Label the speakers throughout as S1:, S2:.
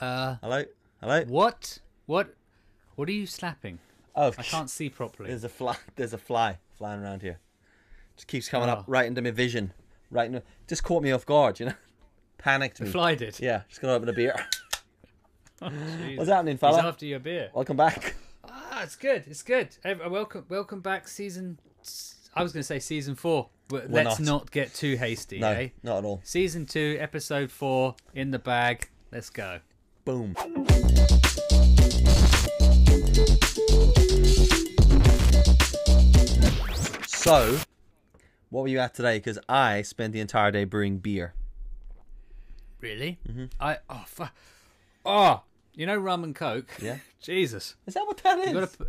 S1: Uh,
S2: Hello? Hello?
S1: what? What? What are you slapping?
S2: Oh,
S1: I can't see properly.
S2: There's a fly. There's a fly flying around here. Just keeps coming
S1: Oh.
S2: up right into my vision. Right, in, just caught me off guard. You know, panicked me.
S1: Fly did.
S2: Yeah, just gonna open a beer.
S1: Jesus.
S2: What's happening,
S1: He's
S2: fella?
S1: after your beer.
S2: Welcome back.
S1: Ah, it's good. It's good. Ev- uh, Welcome, welcome back, season. s- I was going to say season four. But
S2: We're
S1: let's
S2: not.
S1: not. get too hasty.
S2: No,
S1: eh?
S2: not at all.
S1: Season two, episode four, in the bag. Let's go.
S2: Boom. So, what were you at today? Because I spent the entire day brewing beer.
S1: Really? Mm-hmm. I oh fu- oh, you know rum and coke.
S2: Yeah.
S1: Jesus.
S2: Is that what that is?
S1: You gotta put,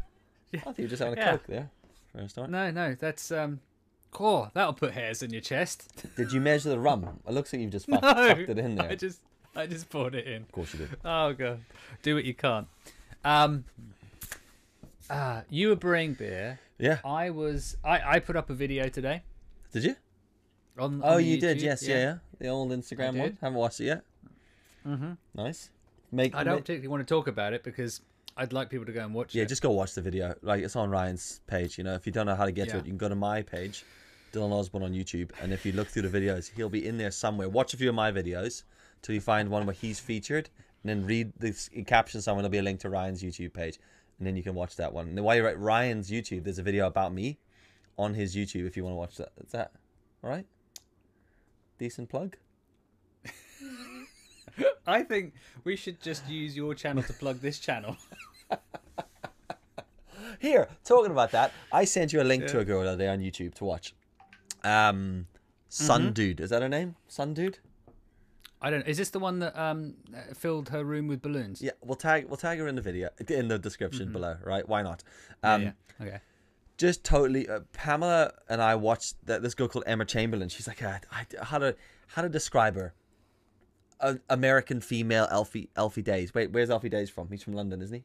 S2: I thought you were just having a
S1: Yeah.
S2: coke there. First time.
S1: no, no, that's um. Oh, that'll put hairs in your chest.
S2: Did you measure the rum? It looks like you've just fuck-
S1: No,
S2: fucked it in there.
S1: I just, I just poured it in.
S2: Of course you did.
S1: Oh god, do what you can't. Um, uh, you were brewing beer.
S2: Yeah.
S1: I was. I I put up a video today
S2: Did you?
S1: on.
S2: Oh,
S1: on
S2: you did.
S1: YouTube,
S2: Yes. Yeah. yeah. The old Instagram one.
S1: did.
S2: Haven't watched it yet. Mm-hmm. Nice. Make.
S1: I don't
S2: make-
S1: particularly want to talk about it because I'd like people to go and watch
S2: yeah.
S1: it.
S2: Just go watch the video. Like it's on Ryan's page. You know, if you don't know how to get to
S1: Yeah.
S2: it, you can go to my page, Dylan Osborne on YouTube, and if you look through the videos, he'll be in there somewhere. Watch a few of my videos till you find one where he's featured, and then read the s- caption somewhere. There'll be a link to Ryan's YouTube page, and then you can watch that one. And while you're at Ryan's YouTube, there's a video about me on his YouTube if you want to watch that. Is that all right? Decent plug.
S1: I think we should just use your channel to plug this channel.
S2: Here, talking about that, I sent you a link to a girl the other day on YouTube to watch. Um, Sun Dude, is that her name? Sun Dude.
S1: I don't. Is this the one that um uh, filled her room with balloons?
S2: Yeah, we'll tag we'll tag her in the video in the description below, right? Why not? Um,
S1: yeah. Okay.
S2: just totally uh, Pamela and I watched that this girl called Emma Chamberlain. She's like, uh, I, how to how to describe her? A, American female Elfie Elfie Days. Wait, where's Elfie Days from? He's from London, isn't he?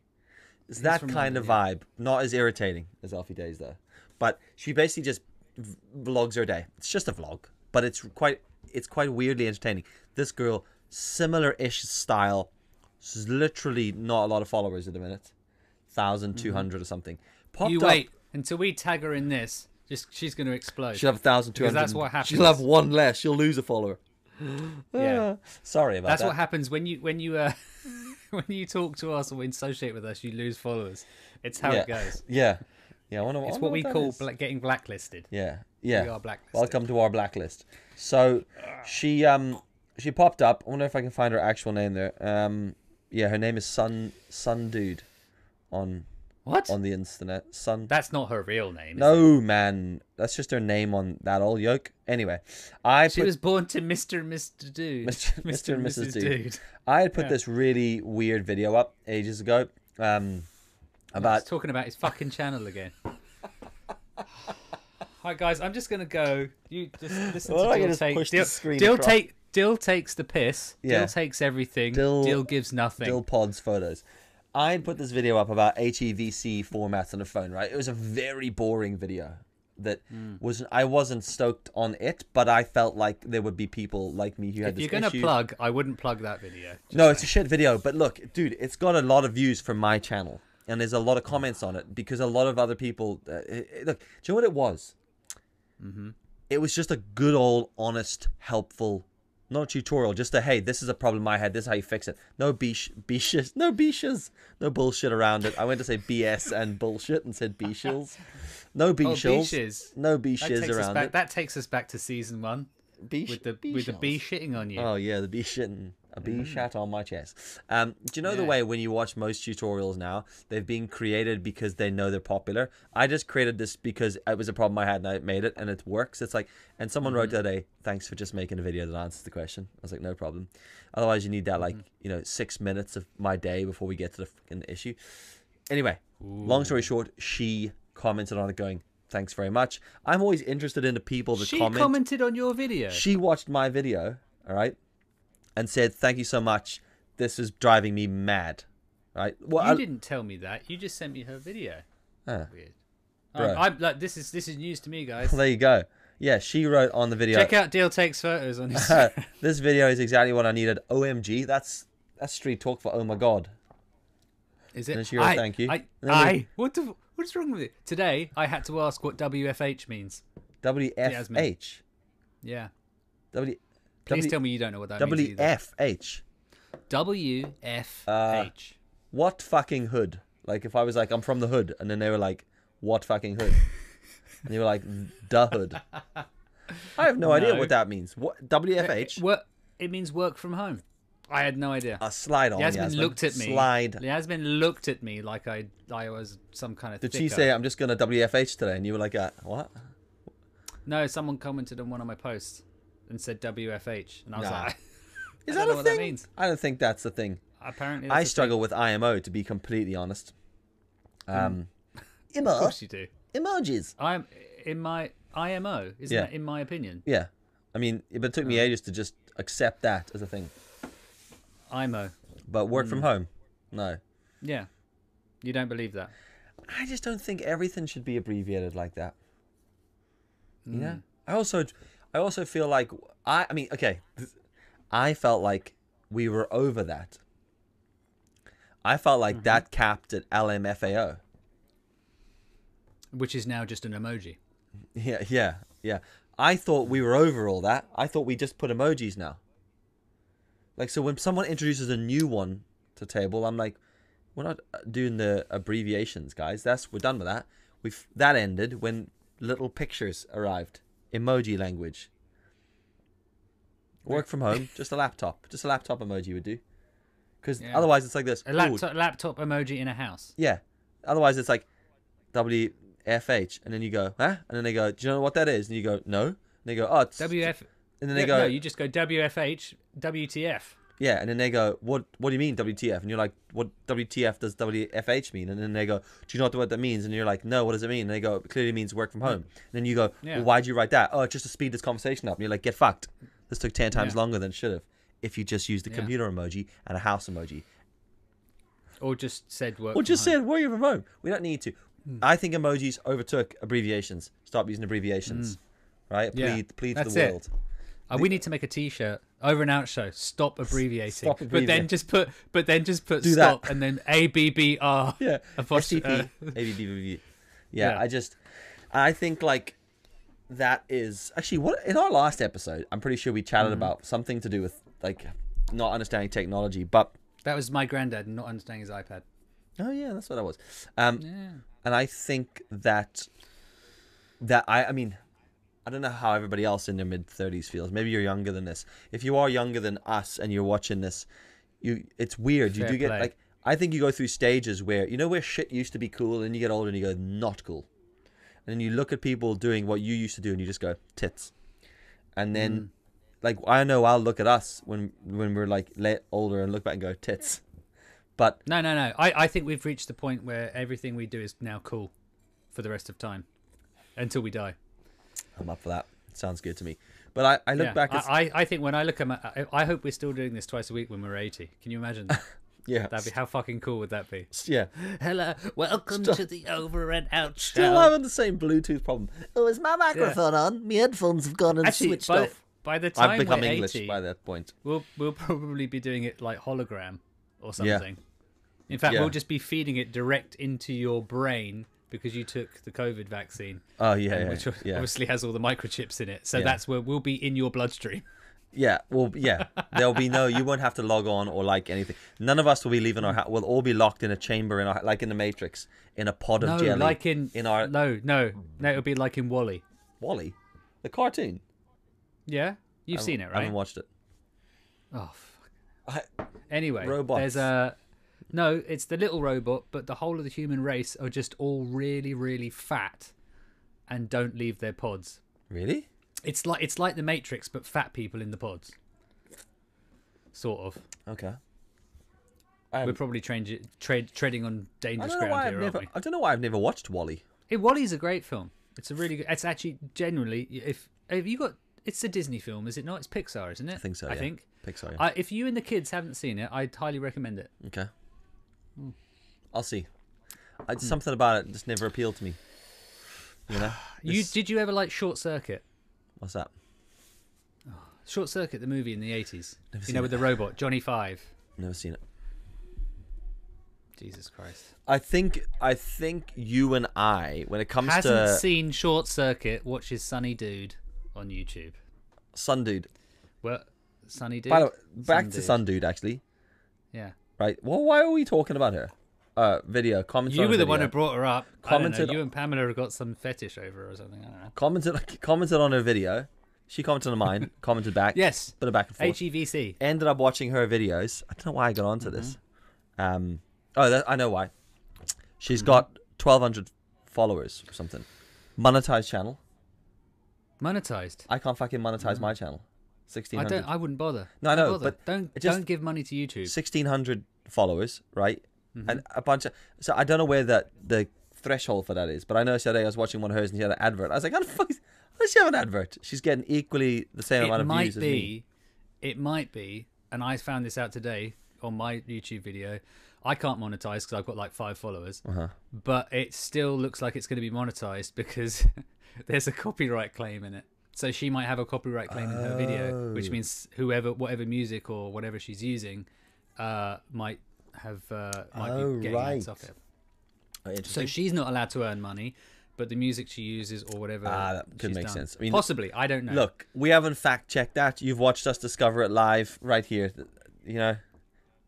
S2: It's that
S1: from
S2: kind
S1: London,
S2: of vibe. Not as irritating as Elfie Days though. But she basically just v- vlogs her day. It's just a vlog, but it's quite it's quite weirdly entertaining. This girl, similar-ish style, she's literally not a lot of followers at the minute, thousand two or something. Popped
S1: Mm-hmm. You
S2: up-
S1: wait until we tag her in this. Just she's going to explode.
S2: She'll have a thousand two
S1: Because
S2: hundred.
S1: that's what
S2: She'll have
S1: happens.
S2: one less. She'll lose a follower. Ah,
S1: yeah.
S2: Sorry about
S1: That's
S2: that.
S1: what happens when you when you uh when you talk to us or associate with us, you lose followers. It's how
S2: yeah.
S1: it goes.
S2: Yeah, yeah. I wonder,
S1: It's what we call bla- getting blacklisted.
S2: Yeah, yeah.
S1: We are blacklisted.
S2: Welcome to our blacklist. So she um she popped up. I wonder if I can find her actual name there. Um, yeah, her name is Sun Sun Dude on
S1: What?
S2: on the internet. Sun
S1: That's not her real name. is it?
S2: No man, that's just her name on that old yoke. Anyway, I
S1: She
S2: put
S1: was born to Mr. and Mr. Dude.
S2: Mr. Mr. and Mrs. Dude.
S1: Dude.
S2: I had put this really weird video up ages ago. Um, about
S1: He's talking about his fucking channel again. Hi guys, I'm just gonna go. You just listen
S2: Well, I
S1: to
S2: can
S1: Dill
S2: just
S1: take.
S2: push the
S1: Dill,
S2: screen
S1: Dill
S2: across.
S1: take. Dill takes the piss.
S2: Yeah.
S1: Dill takes everything.
S2: Dill-
S1: Dill, gives nothing.
S2: Dill Pod's photos. I had put this video up about HEVC formats on the phone, right? It was a very boring video that
S1: Hmm.
S2: was I wasn't stoked on it, but I felt like there would be people like me who had
S1: if
S2: this
S1: you're gonna
S2: issue.
S1: plug, I wouldn't plug that video.
S2: No, it's a shit video, but look, dude, it's got a lot of views from my channel, and there's a lot of comments on it because a lot of other people. Uh, it- it- look, do you know what it was?
S1: Mm-hmm.
S2: It was just a good old, honest, helpful, not a tutorial, just a hey, this is a problem I had, this is how you fix it. No bish, bishes, no bishes, no bullshit around it. I went to say BS and bullshit and said bishils. No bishils.
S1: Oh, beeshes.
S2: no
S1: That
S2: bishes
S1: takes, us
S2: around
S1: back,
S2: it.
S1: that takes us back to season one
S2: Bish-
S1: with the with the
S2: beeshils.
S1: bee shitting on you.
S2: Oh yeah, the bee shitting. A bee shat on my chest. Um, do you know the
S1: Mm-hmm. Yeah.
S2: way when you watch most tutorials now, they've been created because they know they're popular. I just created this because it was a problem I had and I made it and it works. It's like, and someone
S1: Mm-hmm.
S2: wrote the other day, "Thanks for just making a video that answers the question." I was like, "No problem." Otherwise, you need that like
S1: Mm-hmm.
S2: you know six minutes of my day before we get to the fucking issue. Anyway, long story short, she commented on it, going, "Thanks very much." I'm always interested in the people that
S1: she
S2: comment
S1: commented on your video.
S2: she watched my video, all right, and said, "Thank you so much. This is driving me mad." Right? Well,
S1: you
S2: I-
S1: didn't tell me that. You just sent me her video.
S2: Ah.
S1: Weird.
S2: Bro.
S1: I'm, I'm like this is this is news to me, guys.
S2: well, there you go. Yeah, she wrote on the video.
S1: Check out Deal takes photos on his.
S2: this video is exactly what I needed. OMG, that's That's street talk for oh my god.
S1: Is it?
S2: Unless you're a
S1: I,
S2: thank you.
S1: I,
S2: No,
S1: I, what the, what is wrong with it? Today, I had to ask what WFH means. Jasmine.
S2: WFH.
S1: Yeah.
S2: W.
S1: Please
S2: W-
S1: tell me you don't know what that means either.
S2: WFH.
S1: WFH.
S2: Uh, What fucking hood? Like if I was like I'm from the hood, and then they were like, what fucking hood? and you were like, the hood. I have no, idea
S1: No.
S2: what that means. What WFH?
S1: Wor- it means work from home. I had no idea.
S2: A slide on.
S1: Yasmin,
S2: Yasmin.
S1: looked at me.
S2: Slide.
S1: Yasmin looked at me like I I was some kind of.
S2: Did
S1: thicko.
S2: she say I'm just gonna WFH today? And you were like, uh, what?
S1: No, someone commented on one of my posts and said WFH, and I was
S2: Nah.
S1: like,
S2: Is that
S1: I don't know
S2: a
S1: what that
S2: thing?
S1: means.
S2: I don't think that's a thing. I
S1: apparently that's a thing.
S2: struggle with IMO to be completely honest. Um,
S1: Mm. Of
S2: emo
S1: course you do.
S2: emojis.
S1: I'm in my IMO. Isn't
S2: Yeah.
S1: that in my opinion?
S2: Yeah, I mean, it, but it took
S1: Uh-huh.
S2: me ages to just accept that as a thing.
S1: IMO.
S2: But work from
S1: Mm.
S2: home, no.
S1: Yeah. You don't believe that?
S2: I just don't think everything should be abbreviated like that. You know, I also, I also feel like I. I mean, okay, th- I felt like we were over that. I felt like that capped at LMFAO.
S1: Which is now just an emoji.
S2: Yeah, yeah, yeah. I thought we were over all that. I thought we just put emojis now. Like, so when someone introduces a new one to table, I'm like, we're not uh, doing the abbreviations, guys. That's we're done with that. We've that ended when little pictures arrived. Emoji language. Work from home, just a laptop, just a laptop emoji would do. Because
S1: Yeah.
S2: otherwise, it's like this.
S1: A
S2: "Ooh,
S1: laptop, laptop emoji in a house.
S2: yeah. Otherwise, it's like WFH, and then you go, huh? And then they go, do you know what that is? And you go, no. And they go, oh, it's
S1: WF.
S2: And then they
S1: Yeah,
S2: go,
S1: no, you just go WFH, WTF.
S2: yeah. And then they go, what? What do you mean WTF? And you're like, what WTF does WFH mean? And then they go, do you know what that means? And you're like, no. What does it mean? And they go, it clearly means work from home. And then you go,
S1: Hmm. Yeah.
S2: well, why'd you write that? Oh, just to speed this conversation up. And you're like, get fucked. This took ten times
S1: Yeah.
S2: longer than it should have. If you just used the
S1: Yeah.
S2: computer emoji and a house emoji,
S1: Or just said
S2: Well,
S1: work. from
S2: just
S1: home.
S2: said, where are you from home? We don't need to.
S1: Hmm.
S2: I think emojis overtook abbreviations. Stop using abbreviations, right?
S1: Hmm. Yeah,
S2: Plead, plead to
S1: that's
S2: the
S1: it.
S2: world.
S1: Uh, we need to make a T-shirt over and out show. Stop abbreviating.
S2: Stop
S1: But then
S2: abbreviating.
S1: just put. But then just put
S2: Do that.
S1: stop and then A B B R. uh,
S2: Yeah,
S1: Apostrophe.
S2: STP, ABBBB. Yeah,
S1: Yeah.
S2: I just, I think like that is actually what in our last episode. I'm pretty sure we chatted
S1: Hmm.
S2: about something to do with like not understanding technology, but
S1: That was my granddad not understanding his iPad.
S2: oh yeah, that's what that was. Um,
S1: Yeah.
S2: and I think that that I I mean I don't know how everybody else in their mid 30s feels. Maybe you're younger than this. If you are younger than us and you're watching this, you it's weird. you
S1: Fair
S2: do get
S1: play.
S2: like I think you go through stages where you know where shit used to be cool and you get older and you go not cool. And then you look at people doing what you used to do and you just go tits. And then
S1: Mm.
S2: like I know I'll look at us when when we're like let older and look back and go tits. But
S1: No, no, no. I, I think we've reached the point where everything we do is now cool for the rest of time until we die.
S2: I'm up for that. Sounds good to me. But I, I look
S1: yeah.
S2: back at
S1: I, I, I think when I look at my, I, I hope we're still doing this twice a week when we're 80. Can you imagine? that?
S2: Yeah.
S1: That'd be how fucking cool would that be?
S2: yeah.
S1: Hello, welcome to the Over and Out show.
S2: Still having the same Bluetooth problem. Oh, is my microphone on? My headphones have gone and
S1: Actually,
S2: switched
S1: by,
S2: off.
S1: by the time
S2: I've become
S1: we're
S2: English
S1: 80,
S2: by that point.
S1: we'll we'll probably be doing it like hologram or something. In fact,
S2: Yeah.
S1: we'll just be feeding it direct into your brain because you took the COVID vaccine,
S2: Oh yeah, yeah,
S1: which
S2: yeah.
S1: obviously has all the microchips in it. So
S2: Yeah.
S1: that's where we'll be in your bloodstream.
S2: Yeah, well, yeah. There'll be no. You won't have to log on or like anything. None of us will be leaving our house. We'll all be locked in a chamber in our like in the Matrix in a pod of
S1: No,
S2: jelly.
S1: like in,
S2: in our
S1: no, no, no. It'll be like in Wally.
S2: Wally, the cartoon.
S1: Yeah, you've seen it,
S2: I
S1: right?
S2: haven't watched it.
S1: oh, fuck.
S2: I,
S1: anyway,
S2: Robots.
S1: there's a no. It's the little robot, but the whole of the human race are just all really, really fat and don't leave their pods.
S2: really?
S1: It's like it's like the Matrix, but fat people in the pods. Sort of.
S2: Okay. I
S1: We're
S2: haven't-
S1: probably tread, tread, treading on
S2: Um, I
S1: dangerous
S2: don't know why
S1: ground
S2: I've
S1: here, aren't
S2: never.
S1: we?
S2: I don't know why I've never watched Wally.
S1: Hey, Wally's a great film. It's a really good. It's actually genuinely, if if you got, it's a Disney film, is it not? It's Pixar, isn't it?
S2: I think so.
S1: I
S2: yeah.
S1: think.
S2: Pixar. Yeah.
S1: I, if you and the kids haven't seen it, I'd highly recommend it.
S2: Okay. Hmm. I'll see. I, Something about it just never appealed to me. You know?
S1: You
S2: This-
S1: did you ever like Short Circuit?
S2: What's that?
S1: Short Circuit, the movie in the eighties. You
S2: seen
S1: know, with the robot Johnny Five.
S2: Never seen it.
S1: Jesus Christ.
S2: I think I think you and I, when it comes
S1: Hasn't
S2: to
S1: seen Short Circuit, watches Sunny Dude on YouTube.
S2: Sun Dude.
S1: Well, Sunny Dude.
S2: By the way, back to
S1: Dude.
S2: Sun Dude actually.
S1: Yeah.
S2: Right. Well, why are we talking about her? Uh, video comments.
S1: You
S2: on
S1: were
S2: a
S1: the one
S2: video.
S1: who brought her up. I don't
S2: Commented-
S1: know. You and Pamela have got some fetish over her or something. I don't know.
S2: commented commented on her video. She commented on mine. commented back.
S1: Yes.
S2: Bit of back and forth.
S1: HEVC.
S2: ended up watching her videos. I don't know why I got onto this.
S1: Mm-hmm.
S2: Um, oh, that, I know why. She's got 1,200 followers or something. Monetized channel.
S1: Monetized.
S2: I can't fucking monetize my channel.
S1: Mm-hmm. I
S2: 1,600.
S1: don't. I wouldn't bother.
S2: No, I
S1: Don't
S2: know,
S1: bother.
S2: but
S1: don't
S2: it just-
S1: don't give money to YouTube.
S2: 1,600 followers, right?
S1: Mm-hmm.
S2: And a bunch of. So I don't know where that the threshold for that is, but I know today I was watching one of hers and she had an advert. I was like, how the fuck is. How does she have an advert? She's getting equally the same amount
S1: It
S2: of
S1: might
S2: views as me.
S1: be. It might be. And I found this out today on my YouTube video. I can't monetize because I've got like five followers,
S2: Uh-huh.
S1: but it still looks like it's going to be monetized because there's a copyright claim in it. So she might have a copyright claim in her video,
S2: Oh.
S1: which means whoever, whatever music or whatever she's using, uh, might have uh, might
S2: Oh,
S1: be getting ads
S2: right.
S1: off it.
S2: Oh,
S1: So
S2: interesting.
S1: she's not allowed to earn money, but the music she uses or whatever.
S2: Ah, that could
S1: she's
S2: make
S1: done.
S2: sense. I mean,
S1: Possibly, I don't know.
S2: Look, we haven't fact checked that. You've watched us discover it live right here. You know,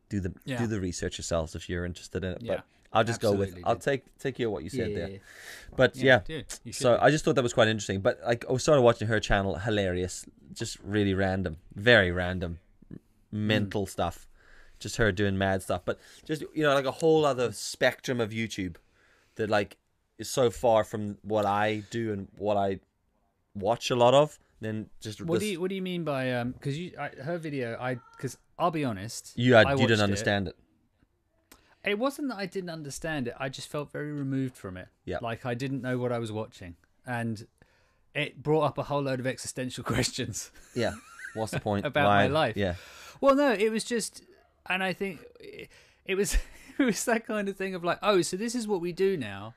S2: do the
S1: Yeah.
S2: do the research yourselves if you're interested in it.
S1: Yeah,
S2: but I'll just go with
S1: absolutely,
S2: I'll
S1: dude.
S2: take take you what you said
S1: Yeah.
S2: there. But yeah,
S1: do. You should
S2: so uh,
S1: do.
S2: I just thought that was quite interesting. But like, I started watching her channel. Hilarious, just really random, very random,
S1: Mm.
S2: mental stuff. Just her doing mad stuff. But just you know, like a whole other spectrum of YouTube that like is so far from what I do and what I watch a lot of. Then just
S1: What
S2: this-
S1: do you What do you mean by um? Because you I, her video, I because I'll be honest,
S2: You
S1: I
S2: had, you
S1: watched
S2: didn't understand it.
S1: It. it wasn't that I didn't understand it. I just felt very removed from it.
S2: Yeah.
S1: like I didn't know what I was watching, and it brought up a whole load of existential questions.
S2: Yeah. What's the point
S1: About
S2: Why-
S1: my life.
S2: Yeah.
S1: Well, no, it was just, and I think it, it was it was that kind of thing of like, oh, so this is what we do now.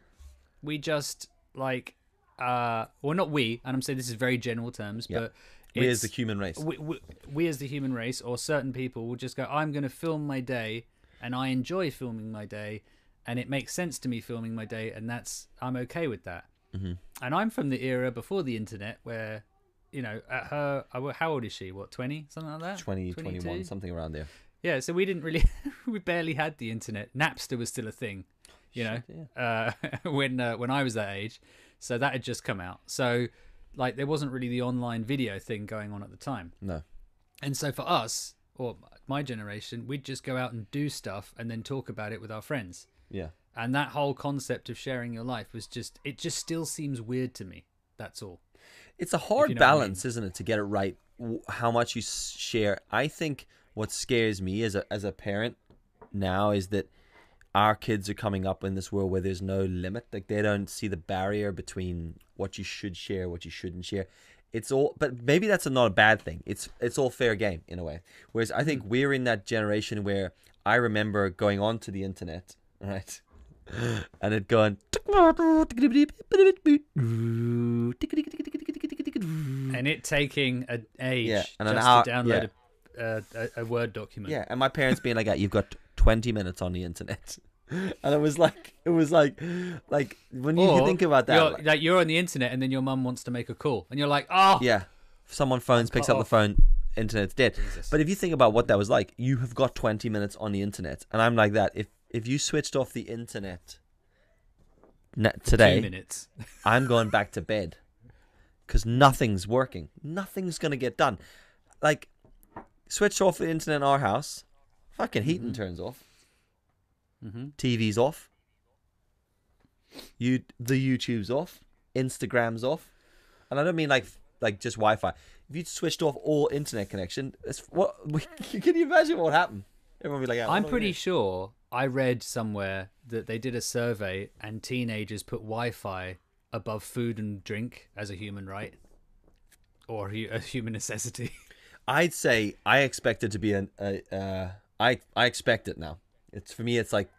S1: We just like, uh, well, not we, and I'm saying this is very general terms,
S2: Yeah.
S1: but
S2: We as
S1: it's-
S2: the human race.
S1: we, we, we as the human race or certain people will just go i'm going to film my day and i enjoy filming my day and it makes sense to me filming my day and that's i'm okay with that mm-hmm. and i'm from the era before the internet where you know at her uh, well, how old is she what 20 something like that
S2: 20, 21,
S1: 22?
S2: something around there.
S1: yeah so we didn't really we barely had the internet napster was still a thing you know uh, when uh, when i was that age so that had just come out so like there wasn't really the online video thing going on at the time
S2: No.
S1: and so for us, or my generation, we'd just go out and do stuff and then talk about it with our friends.
S2: Yeah.
S1: And that whole concept of sharing your life was just, it just still seems weird to me. That's all.
S2: It's a hard
S1: you know what I mean.
S2: balance, isn't it, to get it right? w- How much you s- share. I think what scares me as a as a parent now is that our kids are coming up in this world where there's no limit. Like they don't see the barrier between what you should share, what you shouldn't share. It's all, but maybe that's not a bad thing. It's it's all fair game in a way. Whereas I
S1: Hmm.
S2: think we're in that generation where I remember going onto the internet, right, and it going.
S1: And it taking an age
S2: Mm. Yeah, and an
S1: just
S2: hour-
S1: to download a, a, a Word document.
S2: Yeah, and my parents being like, "Yeah, "You've got 20 minutes on the internet," and it was like, it was like, like when you
S1: Or
S2: think about that,
S1: you're,
S2: like-
S1: like, you're on the internet and then your mum wants to make a call and you're like, oh,
S2: yeah, someone phones, picks up the
S1: off.
S2: phone, internet's dead. But if you think about what that was like, you have got 20 minutes on the internet, and I'm like that. If if you switched off the internet na-
S1: two
S2: today,
S1: minutes.
S2: I'm going back to bed because nothing's working. Nothing's gonna get done. Like, switch off the internet in our house. Fucking heating
S1: Mm-hmm.
S2: turns off.
S1: hmm
S2: TV's off. You the YouTube's off, Instagram's off, and I don't mean like like just Wi-Fi. If you switched off all internet connection, that's what can you imagine what would happen? Everyone would be like, "Oh,
S1: I'm
S2: what do we
S1: pretty
S2: do?"
S1: sure I read somewhere that they did a survey and teenagers put Wi-Fi above food and drink as a human right or hu- a human necessity.
S2: I'd say I expect it to be an a, uh, I I expect it now. It's for me. It's like,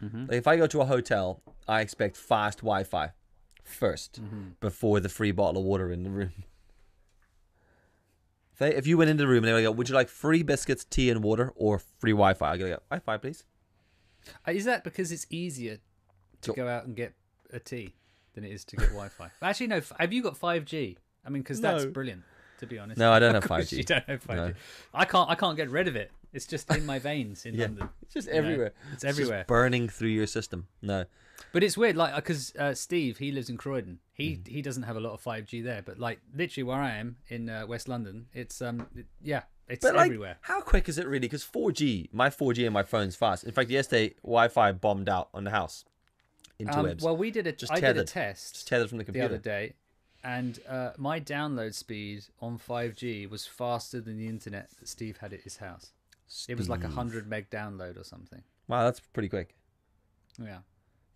S2: like if I go to a hotel, I expect fast Wi-Fi 1st before the free bottle of water in the room. they if you went into the room and they were like, "Would you like free biscuits, tea, and water, or free Wi-Fi?" I go, "Wi-Fi, please."
S1: Uh, Is that because it's easier to
S2: So-
S1: go out and get a tea than it is to get Wi-Fi? Actually, no. f- Have you got five G? I mean, because that's
S2: No.
S1: brilliant. To be honest,
S2: No, I don't have
S1: Of course
S2: 5G.
S1: You don't have five G. I can't. I can't get rid of it. It's just in my veins in
S2: Yeah.
S1: London.
S2: It's just
S1: you know?
S2: everywhere.
S1: It's everywhere.
S2: just burning through your system. No,
S1: But it's weird, like, because uh, Steve, he lives in Croydon. He
S2: Mm-hmm.
S1: he doesn't have a lot of five G there, but like literally where I am in uh, West London, it's um it- yeah, it's
S2: but like,
S1: everywhere.
S2: how quick is it really? Because 4G, my 4G and my phone's fast. In fact, yesterday Wi-Fi bombed out on the house,
S1: Um,
S2: interwebs,
S1: well, we did a
S2: Just
S1: I did a
S2: tethered.
S1: test
S2: It's tethered from the
S1: the
S2: computer.
S1: other day, and uh, my download speed on five G was faster than the internet that Steve had at his house. It was like a
S2: Steve.
S1: hundred meg download or something.
S2: Wow, that's pretty quick.
S1: Yeah,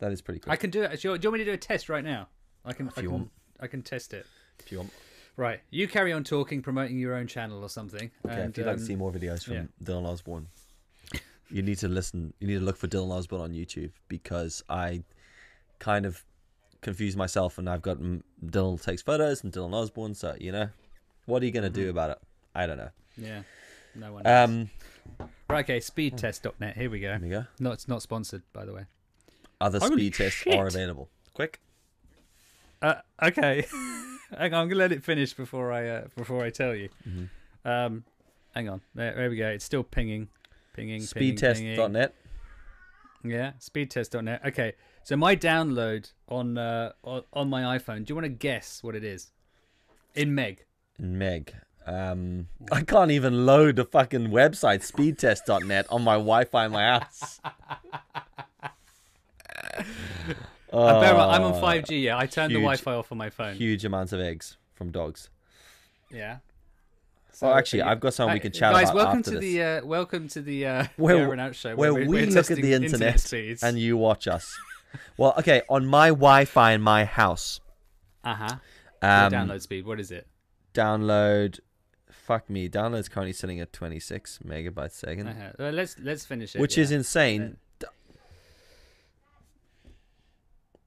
S2: That is pretty quick.
S1: I can do it. Do you, do you want me to do a test right now? I can. I
S2: you
S1: can,
S2: want.
S1: I can test it.
S2: if you want,
S1: Right, you carry on talking, promoting your own channel or something.
S2: okay,
S1: and,
S2: if you'd like to
S1: um,
S2: see more videos from
S1: yeah.
S2: Dylan Osborne, you need to listen. You need to look for Dylan Osborne on YouTube because I kind of confuse myself, and I've got mm, Dylan takes photos and Dylan Osborne. So you know, what are you gonna
S1: Mm-hmm.
S2: do about it? I don't know.
S1: Yeah. No one. knows.
S2: Um,
S1: right, okay, speedtest.net. Here we go.
S2: there we go.
S1: No, it's not sponsored, by the way.
S2: Other
S1: Holy
S2: speed tests are
S1: shit.
S2: available. Quick.
S1: Uh, okay. hang on, I'm gonna let it finish before I uh, before I tell you.
S2: Mm-hmm.
S1: Um, hang on. There, there we go. It's still pinging, pinging, pinging, pinging.
S2: Speedtest.net.
S1: Yeah, speedtest.net. Okay. So my download on uh on, on my iPhone. Do you want to guess what it is? In meg.
S2: and Meg. Um, I can't even load the fucking website speedtest.net on my Wi-Fi in my house.
S1: I bear, I'm
S2: Oh,
S1: on 5G. Yeah, I turned the
S2: huge-
S1: Wi-Fi off on my phone.
S2: Huge amounts of eggs from dogs.
S1: Yeah.
S2: Oh, actually,
S1: yeah.
S2: I've got something we
S1: Hey,
S2: can chat
S1: guys,
S2: about
S1: welcome
S2: after
S1: to
S2: this.
S1: the uh, welcome to the uh,
S2: Where-
S1: the Aaron Out show
S2: Where
S1: we're-
S2: we
S1: we're
S2: look at
S1: testing
S2: the internet,
S1: speeds.
S2: and you watch us. Well, okay, on my Wi-Fi in my house,
S1: uh huh.
S2: um,
S1: download speed. What is it?
S2: download. Fuck me, download's currently sitting at 26 megabytes a second,
S1: Uh-huh. Uh, let's let's finish it.
S2: which
S1: yeah.
S2: is insane.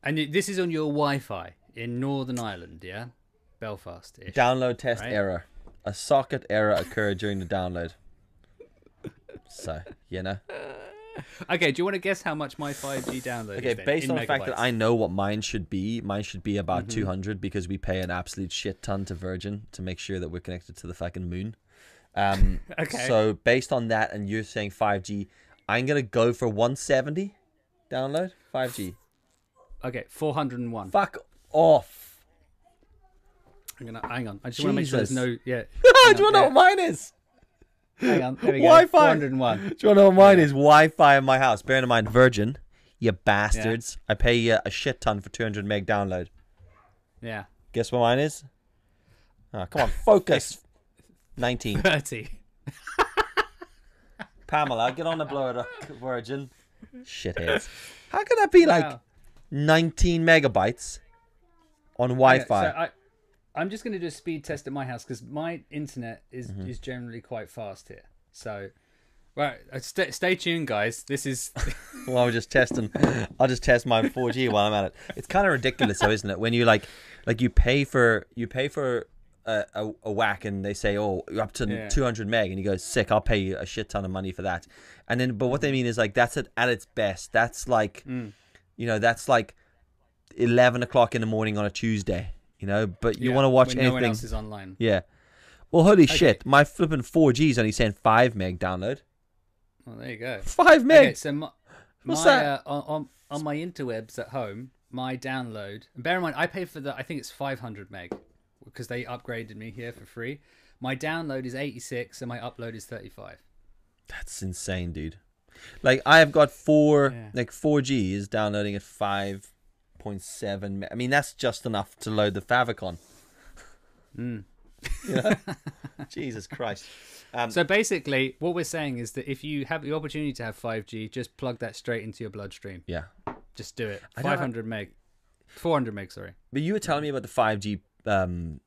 S1: and you- this is on your Wi-Fi in Northern Ireland, yeah, Belfast.
S2: Download test
S1: Right.
S2: error. A socket error occurred during the download. So, you know.
S1: Okay, do you want to guess how much my 5G download?
S2: Okay,
S1: is then,
S2: based
S1: in
S2: on the fact
S1: megabytes?
S2: that I know what mine should be, mine should be about 200 because we pay an absolute shit ton to Virgin to make sure that we're connected to the fucking moon. Um,
S1: Okay.
S2: So, based on that, and you're saying 5G, I'm going to go for 170 download 5G.
S1: okay, 401.
S2: Fuck off.
S1: I'm gonna hang on. I just want to make sure there's
S2: Jesus.
S1: no yeah.
S2: Do
S1: hang
S2: you want to
S1: on,
S2: know
S1: yeah,
S2: what mine is?
S1: Hang on, there we go.
S2: Wi-Fi.
S1: 401.
S2: Do you want to know what mine is? Wi-Fi in my house. Bearing in mind, Virgin, you bastards. I pay you a shit ton for 200 meg download.
S1: Yeah,
S2: Guess what mine is? Ah, come on, focus. 19.
S1: 30.
S2: Pamela, get on the blower, duck, Virgin. Shitheads. How can that be like
S1: Wow.
S2: 19 megabytes on Wi-Fi?
S1: Yeah, so I, I'm just going to do a speed test at my house because my internet is
S2: Mm-hmm.
S1: is generally quite fast here. So, right, uh, st- stay tuned, guys. This is
S2: Well, I was just testing. I'll just test my 4G while I'm at it. It's kind of ridiculous, though, isn't it? When you like, like you pay for you pay for a, a, a whack, and they say, "Oh, you're up to
S1: Yeah.
S2: 200 meg," and you go, "Sick, I'll pay you a shit ton of money for that." And then, but what
S1: Mm.
S2: they mean is like that's it at its best. That's like, you know, that's like 11 o'clock in the morning on a Tuesday. You know, but you
S1: yeah,
S2: want to watch
S1: when
S2: anything.
S1: No one else is online.
S2: yeah. Well, holy shit! My flipping 4G is only saying five meg download.
S1: Well, there you go.
S2: Five meg.
S1: Okay, so my,
S2: What's
S1: my,
S2: that?
S1: Uh, on, on on my interwebs at home, my download. and Bear in mind, I pay for the. I think it's 500 meg because they upgraded me here for free. My download is 86 and my upload is 35.
S2: That's insane, dude. Like I have got four,
S1: Yeah.
S2: like four G is downloading at five point seven. I mean, that's just enough to load the favicon.
S1: Hmm.
S2: You know? Jesus Christ! Um,
S1: So basically, what we're saying is that if you have the opportunity to have 5G, just plug that straight into your bloodstream.
S2: yeah,
S1: Just do it.
S2: don't-
S1: 500 meg. 400 meg, sorry.
S2: but you were telling me about the five G um,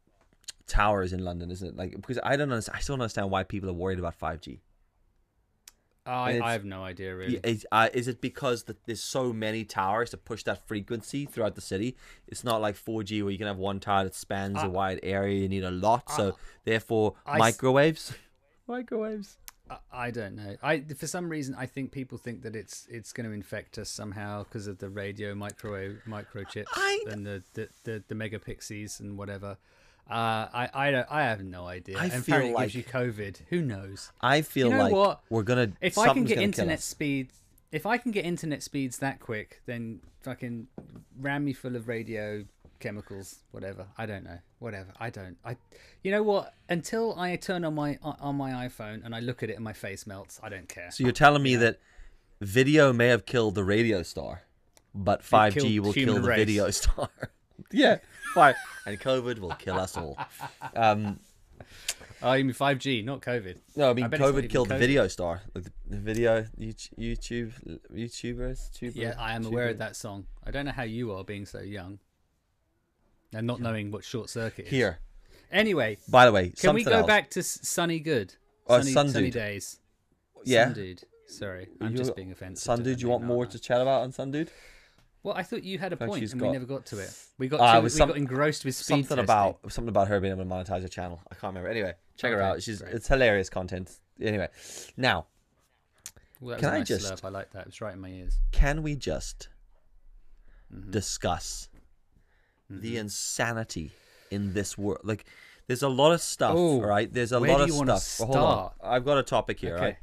S2: towers in London, isn't it? Like because I don't understand. I still don't understand why people are worried about five G.
S1: I,
S2: it's-
S1: I have no idea really.
S2: Yeah, Is, uh, is it because that there's so many towers to push that frequency throughout the city? It's not like 4G where you can have one tower that spans a wide area. You need a lot, so therefore
S1: I s-
S2: microwaves. microwaves.
S1: I, I don't know. I for some reason I think people think that it's it's going to infect us somehow because of the radio microwave microchips
S2: I-
S1: and the the, the the megapixies and whatever. Uh, I I don't, I have no idea.
S2: I
S1: and
S2: feel
S1: apparently
S2: like-
S1: it gives you COVID. Who knows?
S2: I feel
S1: You know
S2: like
S1: what?
S2: we're gonna.
S1: If I can
S2: something's
S1: get
S2: gonna kill
S1: internet
S2: us.
S1: speed, if I can get internet speeds that quick, then fucking ram me full of radio chemicals, whatever. I don't know, whatever. I don't. I, you know what? Until I turn on my uh, on my iPhone and I look at it and my face melts, I don't care.
S2: so you're telling me that video may have killed the radio star, but 5G
S1: killed
S2: will kill
S1: human
S2: the
S1: race.
S2: video star. yeah, fine. And COVID will kill us all. Um,
S1: Oh, you mean five G, not COVID?
S2: No, I mean,
S1: bet it's not
S2: COVID
S1: even
S2: killed the
S1: COVID.
S2: video star. Like the, the video, YouTube, YouTube, YouTubers, tuber,
S1: Yeah, I am aware of that song. I don't know how you are being so young and not knowing what short circuit is.
S2: Here,
S1: Anyway,
S2: by the way,
S1: can
S2: something
S1: we go
S2: else.
S1: back to S- Sunny Good?
S2: Oh,
S1: sunny,
S2: Sun
S1: sunny
S2: Dude.
S1: days.
S2: yeah,
S1: Sundude. Sorry, I'm
S2: You-
S1: just being offensive. to
S2: Sundude,
S1: her
S2: you
S1: name,
S2: want
S1: aren't
S2: more
S1: I?
S2: to chat about on Sundude?
S1: Well, I thought you had a
S2: fact,
S1: point,
S2: she's
S1: and
S2: got-
S1: we never got to it. We got
S2: Ah, it
S1: too, we
S2: was some-
S1: got engrossed with speed
S2: Something
S1: testing.
S2: about something about her being able to monetize her channel. I can't remember. Anyway, check her
S1: Okay,
S2: out. She's
S1: great.
S2: it's hilarious content. Anyway, now
S1: Well, that was
S2: Can
S1: a
S2: I
S1: nice
S2: just-
S1: slurp. I like that. It was right in my ears.
S2: can we just
S1: Mm-hmm.
S2: discuss the insanity in this world? Like, there's a lot of stuff,
S1: Oh,
S2: right? There's a
S1: where
S2: lot
S1: do
S2: of
S1: you wanna
S2: stuff. Well, hold
S1: start?
S2: on. I've got a topic here,
S1: Okay.
S2: right?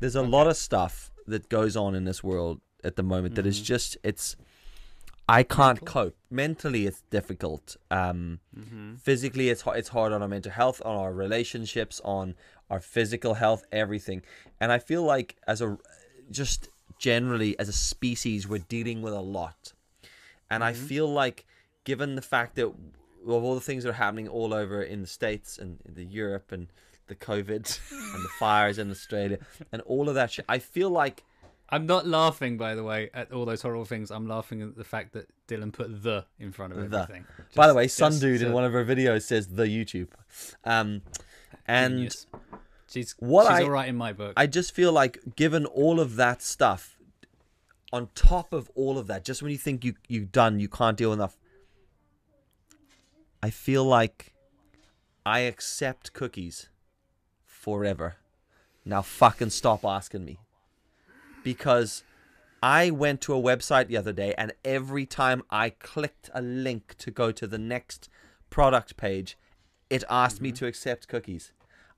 S2: There's a lot of stuff that goes on in this world at the moment that
S1: Mm-hmm.
S2: is just it's I can't cope. Mentally it's difficult. Um
S1: Mm-hmm.
S2: physically it's ho- it's hard on our mental health, on our relationships, on our physical health, everything. And I feel like as a just generally as a species we're dealing with a lot. And
S1: Mm-hmm.
S2: I feel like, given the fact that of all the things that are happening all over in the states and in the Europe and the COVID and the fires in Australia and all of that shit, I feel like
S1: I'm not laughing, by the way, at all those horrible things. I'm laughing at the fact that Dylan put the in front of
S2: the.
S1: everything.
S2: by the way,
S1: Just-
S2: Sun
S1: just
S2: Dude in
S1: to-
S2: one of her videos says the YouTube, um, and
S1: genius. she's
S2: what
S1: she's
S2: I-
S1: all right in my book.
S2: I just feel like given all of that stuff, on top of all of that, just when you think you you've done, you can't deal enough. I feel like I accept cookies forever. Now fucking stop asking me. Because I went to a website the other day and every time I clicked a link to go to the next product page, it asked me to accept cookies.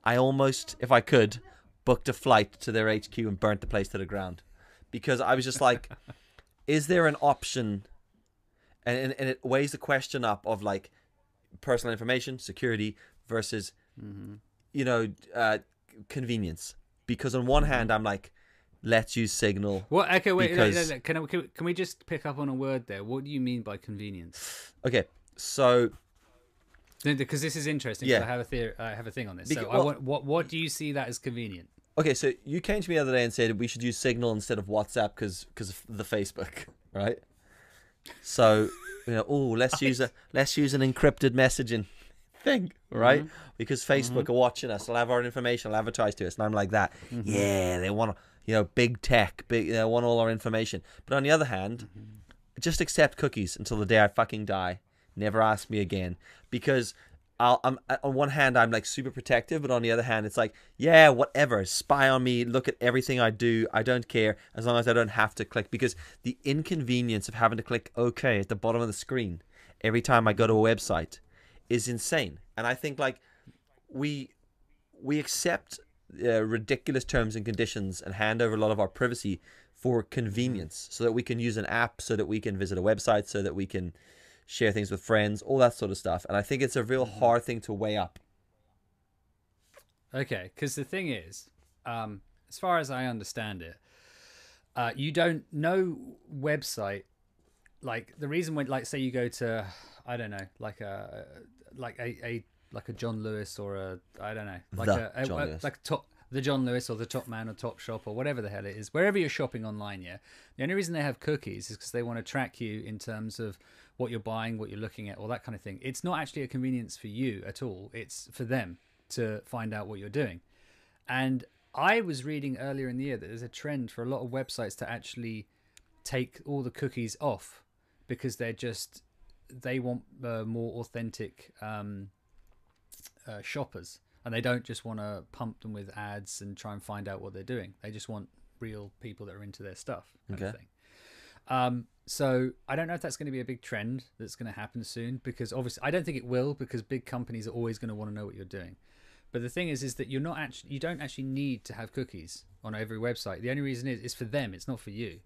S2: I almost, if I could, booked a flight to their HQ and burnt the place to the ground. Because I was just like, is there an option? And, and, and it weighs the question up of like personal information, security versus you know, uh, convenience. Because on one hand, I'm like, let's use Signal.
S1: what? Okay, wait. no, no,
S2: because-
S1: no, Can, I, can, we- can we just pick up on a word there? What do you mean by convenience?
S2: Okay, so
S1: Because this is interesting. 'cause
S2: Yeah.
S1: I have a theory. I have a thing on this.
S2: Becau-
S1: so I
S2: well-
S1: want, what what do you see that as convenient?
S2: okay, so you came to me the other day and said we should use Signal instead of WhatsApp because because of the Facebook, right? So you know, oh, let's use a let's use an encrypted messaging thing, right? Because Facebook are watching us, they'll have our information, they'll advertise to us, and I'm like that. Yeah, they want you know big tech, big they want all our information. But on the other hand, just accept cookies until the day I fucking die. Never ask me again because I'll, I'm on one hand I'm like super protective, but on the other hand it's like yeah whatever spy on me, look at everything I do, I don't care as long as I don't have to click because the inconvenience of having to click OK at the bottom of the screen every time I go to a website is insane, and I think like we we accept uh, ridiculous terms and conditions and hand over a lot of our privacy for convenience
S1: Mm.
S2: so that we can use an app so that we can visit a website so that we can share things with friends all that sort of stuff and i think it's a real
S1: Mm-hmm.
S2: hard thing to weigh up
S1: Okay, because the thing is, um, as far as I understand it, uh, you don't no website like the reason when like say you go to I don't know like a like a, a like a John Lewis or a I don't know like
S2: The
S1: a, a-
S2: John
S1: a-
S2: Lewis.
S1: like a top the John Lewis or the Top Man or Top Shop or whatever the hell it is wherever you're shopping online yeah the only reason they have cookies is because they want to track you in terms of what you're buying what you're looking at all that kind of thing it's not actually a convenience for you at all it's for them to find out what you're doing and I was reading earlier in the year that there's a trend for a lot of websites to actually take all the cookies off because they're just they want uh, more authentic um, uh, shoppers and they don't just want to pump them with ads and try and find out what they're doing. They just want real people that are into their stuff. Kind Of
S2: Okay.
S1: thing. Um, so I don't know if that's going to be a big trend that's going to happen soon because obviously I don't think it will because big companies are always going to want to know what you're doing. But the thing is, is that you're not actually you don't actually need to have cookies on every website. The only reason is it's for them. It's not for you.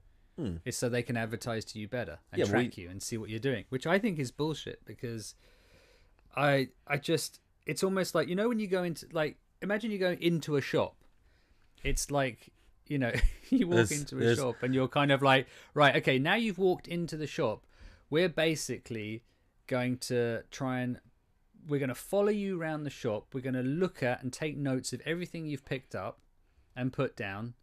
S1: It's so they can advertise to you better
S2: Hmm.
S1: and
S2: Yeah, well,
S1: track you and see what you're doing, which I think is bullshit because I I just it's almost like you know when you go into like imagine you go into a shop. It's like you know you walk
S2: There's-
S1: into a
S2: there's-
S1: shop and you're kind of like right okay now you've walked into the shop. We're basically going to try and we're going to follow you around the shop. We're going to look at and take notes of everything you've picked up and put down.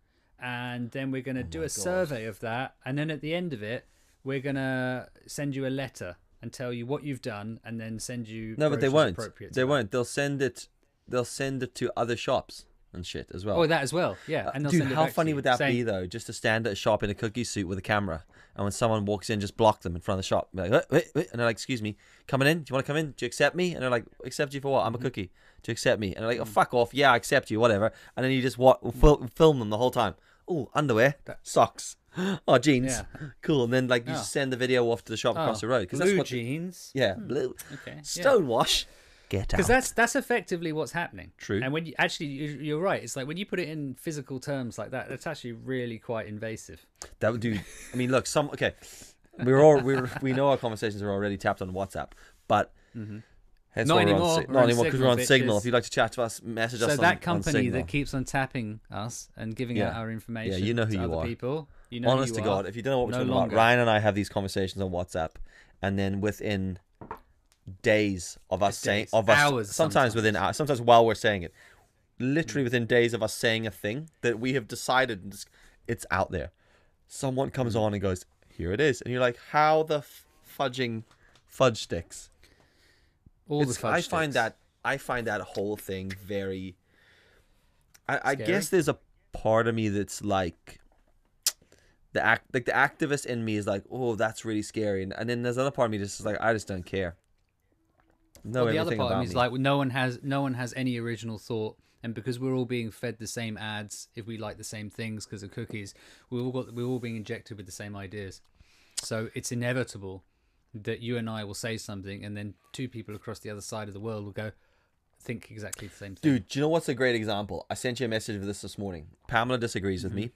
S1: And then we're going
S2: Oh
S1: to do a survey of that. And then at the end of it, we're going to send you a letter and tell you what you've done and then send you.
S2: No, but they
S1: brochures
S2: won't.
S1: appropriate to
S2: They
S1: that.
S2: won't. They'll send it. They'll send it to other shops and shit as well.
S1: Oh, that as well. Yeah. And they'll
S2: Uh, Dude,
S1: send it
S2: how
S1: back to
S2: funny
S1: you,
S2: would that
S1: saying,
S2: be though? Just to stand at a shop in a cookie suit with a camera, and when someone walks in, just block them in front of the shop. Be Like, "Wait, wait, wait," and they're like, "Excuse me, coming in? Do you want to come in? Do you accept me?" And they're like, "Accept you for what? I'm a
S1: Mm.
S2: cookie. Do you accept me?" And they're like, "Oh, fuck off. Yeah, I accept you. Whatever." And then you just wa- fil- film them the whole time. Oh, underwear, socks, oh jeans, cool. And then like you
S1: Yeah.
S2: send the video off to the shop across the road because that's
S1: Oh. blue
S2: what. the-
S1: jeans. Hmm.
S2: yeah, blue.
S1: Okay, yeah.
S2: Stonewash. Get out.
S1: because that's that's effectively what's happening.
S2: True.
S1: And when you actually, you- you're right. It's like when you put it in physical terms like that, that's actually really quite invasive.
S2: That would do. I mean, look, some okay. We're all we're, we know our conversations are already tapped on WhatsApp, but hence
S1: Mm-hmm. Not
S2: why we're on
S1: anymore.
S2: Si-
S1: We're
S2: not
S1: on
S2: anymore because we're
S1: Signal,
S2: on Signal.
S1: bitches.
S2: If you'd like to chat to us, message us.
S1: So
S2: on- on
S1: that company
S2: Signal.
S1: that keeps on tapping us and giving out
S2: Yeah.
S1: our information
S2: you know who
S1: to
S2: you
S1: other
S2: are.
S1: people, you know
S2: Honest
S1: who
S2: to
S1: you
S2: God,
S1: are,
S2: if you don't know what we're
S1: no
S2: talking
S1: longer.
S2: about, Ryan and I have these conversations on WhatsApp, and then within days of us saying
S1: days.
S2: of us
S1: Hours
S2: sometimes within hours, sometimes while we're saying it, literally within days of us saying a thing that we have decided and just- it's out there. Someone comes
S1: Mm.
S2: on and goes, "Here it is," and you're like, "How the f- fudging fudge sticks?"
S1: all the
S2: It's- I
S1: fudge
S2: find
S1: sticks.
S2: that I find that whole thing very. I, I
S1: Scary?
S2: guess there's a part of me that's like, the act like the activist in me is like, oh, that's really scary, and, and then there's another part of me that's just like, I just don't care. No,
S1: the other
S2: Oh, everything
S1: part of
S2: about
S1: me is
S2: me.
S1: like well, no one has no one has any original thought and because we're all being fed the same ads if we like the same things because of cookies we've all got we're all being injected with the same ideas so it's inevitable that you and i will say something and then two people across the other side of the world will go think exactly the same thing
S2: Dude, do you know what's a great example? I sent you a message of this this morning. Pamela disagrees with me.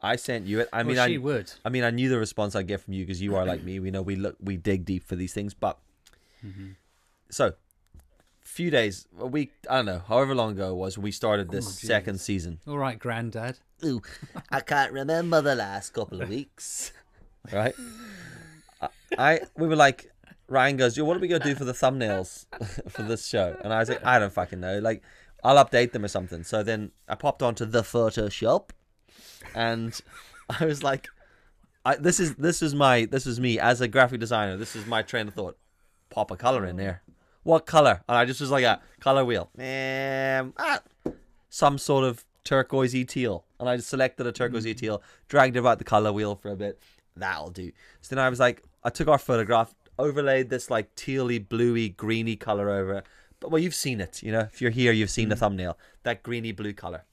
S2: I sent you it. I mean,
S1: Mm-hmm. well, she
S2: I
S1: would
S2: I mean, I knew the response I'd get from you because you are like me. We know we look, we dig deep for these things. But so, few days, a week, I don't know, however long ago it was, we started this second season.
S1: all right granddad
S2: Ooh, I can't remember the last couple of weeks. Right? I, I we were like, Ryan goes, "Yo, what are we gonna do for the thumbnails for this show?" And I was like, "I don't fucking know. Like, I'll update them or something." So then I popped onto the Photoshop, and I was like, I, "This is this is my this is me as a graphic designer. This is my train of thought. Pop a color in there. What color?" And I just was like a color wheel. Um, ah, some sort of turquoisey teal. And I just selected a turquoisey teal, dragged it about the color wheel for a bit. That'll do. So then I was like, I took our photograph, overlaid this like tealy, bluey, greeny color over it. But well, you've seen it, you know. If you're here, you've seen the thumbnail, that greeny blue color.